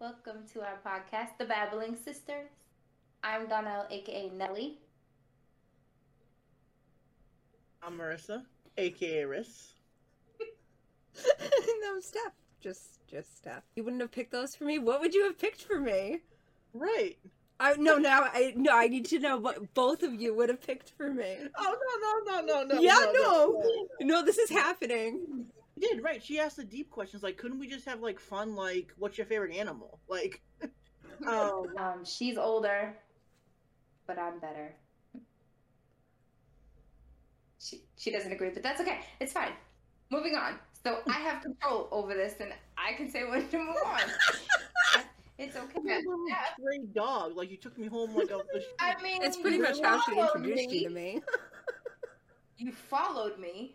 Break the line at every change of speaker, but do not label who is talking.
Welcome to our podcast, The Babbling Sisters. I'm Donnell, aka Nelly.
I'm Marissa, aka Riss.
no, Steph. Just, just Steph. You wouldn't have picked those for me. What would you have picked for me?
Right.
I no, now I no. I need to know what both of you would have picked for me.
Oh no no no no no.
yeah, no, no. This is happening.
You did right. She asked the deep questions. Like, couldn't we just have like fun? Like, what's your favorite animal? Like, um,
Um, she's older, but I'm better. She, she doesn't agree, but that's okay. It's fine. Moving on. So I have control over this, and I can say when to move on. it's okay.
stray dog. Like, you took me home like a.
I mean,
It's pretty
you
much how she
followed
introduced
me.
you to me.
You followed me.